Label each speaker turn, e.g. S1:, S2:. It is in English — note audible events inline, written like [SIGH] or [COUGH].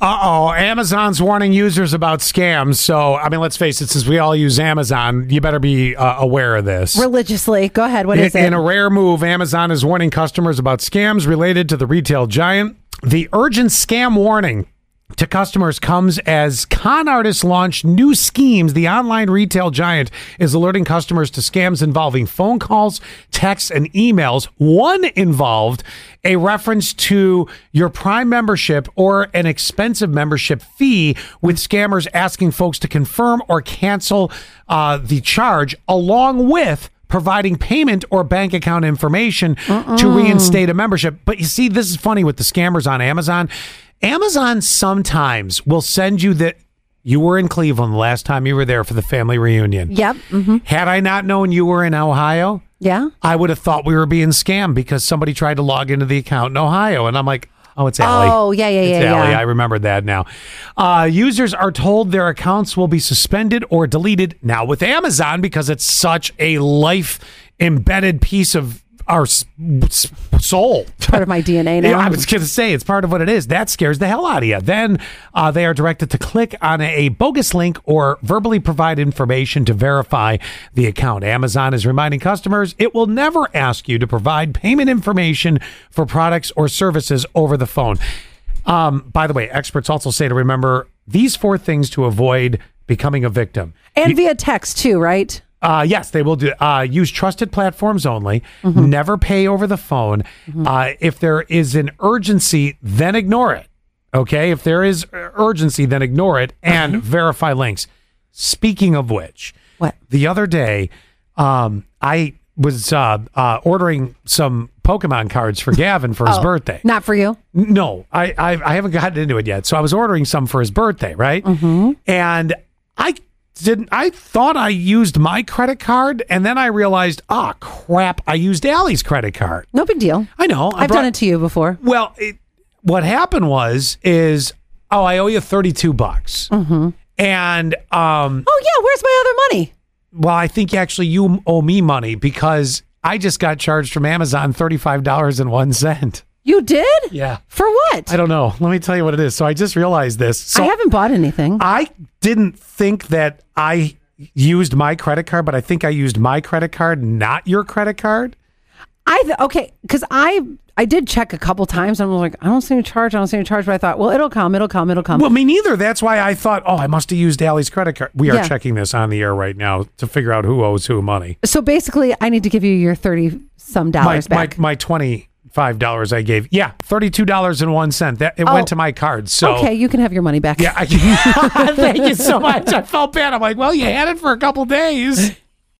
S1: Uh oh, Amazon's warning users about scams. So, I mean, let's face it, since we all use Amazon, you better be uh, aware of this.
S2: religiously. Go ahead. What
S1: In-
S2: is it?
S1: In a rare move, Amazon is warning customers about scams related to the retail giant. The urgent scam warning to customers comes as con artists launch new schemes. The online retail giant is alerting customers to scams involving phone calls, texts, and emails. One involved a reference to your Prime membership or an expensive membership fee, with scammers asking folks to confirm or cancel uh, the charge, along with providing payment or bank account information to reinstate a membership. But you see, this is funny with the scammers on Amazon. Amazon sometimes will send you that you were in Cleveland the last time you were there for the family reunion.
S2: yep. hmm
S1: Had I not known you were in Ohio,
S2: Yeah.
S1: I would have thought we were being scammed because somebody tried to log into the account in Ohio. And I'm like, oh, it's Allie.
S2: Oh, yeah, yeah,
S1: It's
S2: yeah,
S1: Allie.
S2: yeah.
S1: I remember that now. Uh, users are told their accounts will be suspended or deleted now with Amazon because it's such a life embedded piece of our s- s- soul. [LAUGHS]
S2: Part of my DNA now.
S1: Yeah, I was going to say it's part of what it is. That scares the hell out of you. Then uh, they are directed to click on a bogus link or verbally provide information to verify the account. Amazon is reminding customers it will never ask you to provide payment information for products or services over the phone. Um, by the way, experts also say to remember these four things to avoid becoming a victim.
S2: and via text too, right?
S1: Uh, yes, they will do. Uh, use trusted platforms only. Never pay over the phone. Uh, if there is an urgency, then ignore it. Okay. If there is uh, urgency, then ignore it and verify links. Speaking of which,
S2: What?
S1: the other day, um, I was uh, uh, ordering some Pokemon cards for Gavin for his birthday.
S2: Not for you.
S1: No, I, I I haven't gotten into it yet. So I was ordering some for his birthday, right?
S2: Mm-hmm.
S1: And I didn't. I thought I used my credit card, and then I realized, ah, crap! I used Allie's credit card.
S2: No big deal.
S1: I know. I
S2: I've
S1: brought-
S2: done it to you before.
S1: Well, it, what happened was is oh, I owe you thirty two bucks,
S2: Mm-hmm.
S1: and um,
S2: Oh yeah, where's my other money?
S1: well, I think actually you owe me money because I just got charged from Amazon thirty five dollars and one cent.
S2: You did?
S1: Yeah.
S2: For what?
S1: I
S2: I,
S1: don't know. Let me tell you what it is. So I just realized this. So
S2: haven't bought anything.
S1: I didn't think that I used my credit card, but I think I used my credit card, not your credit card.
S2: I th- okay, because I I did check a couple times. and I was like, I don't see any charge. I don't see any charge. But I thought, well, it'll come. It'll come. It'll come.
S1: Well, me neither. That's why I thought, oh, I must have used Allie's credit card. We are
S2: Yeah.
S1: checking this on the air right now to figure out who owes who money.
S2: so basically, I need to give you your thirty some
S1: My
S2: dollars
S1: my,
S2: back.
S1: my twenty five dollars I gave. Yeah, thirty two dollars and one cent. That it
S2: Oh.
S1: went to my card. So
S2: okay, you can
S1: [LAUGHS]
S2: have your money back.
S1: Yeah, I, thank you so much. I felt bad. I'm like, well, you had it for a couple days.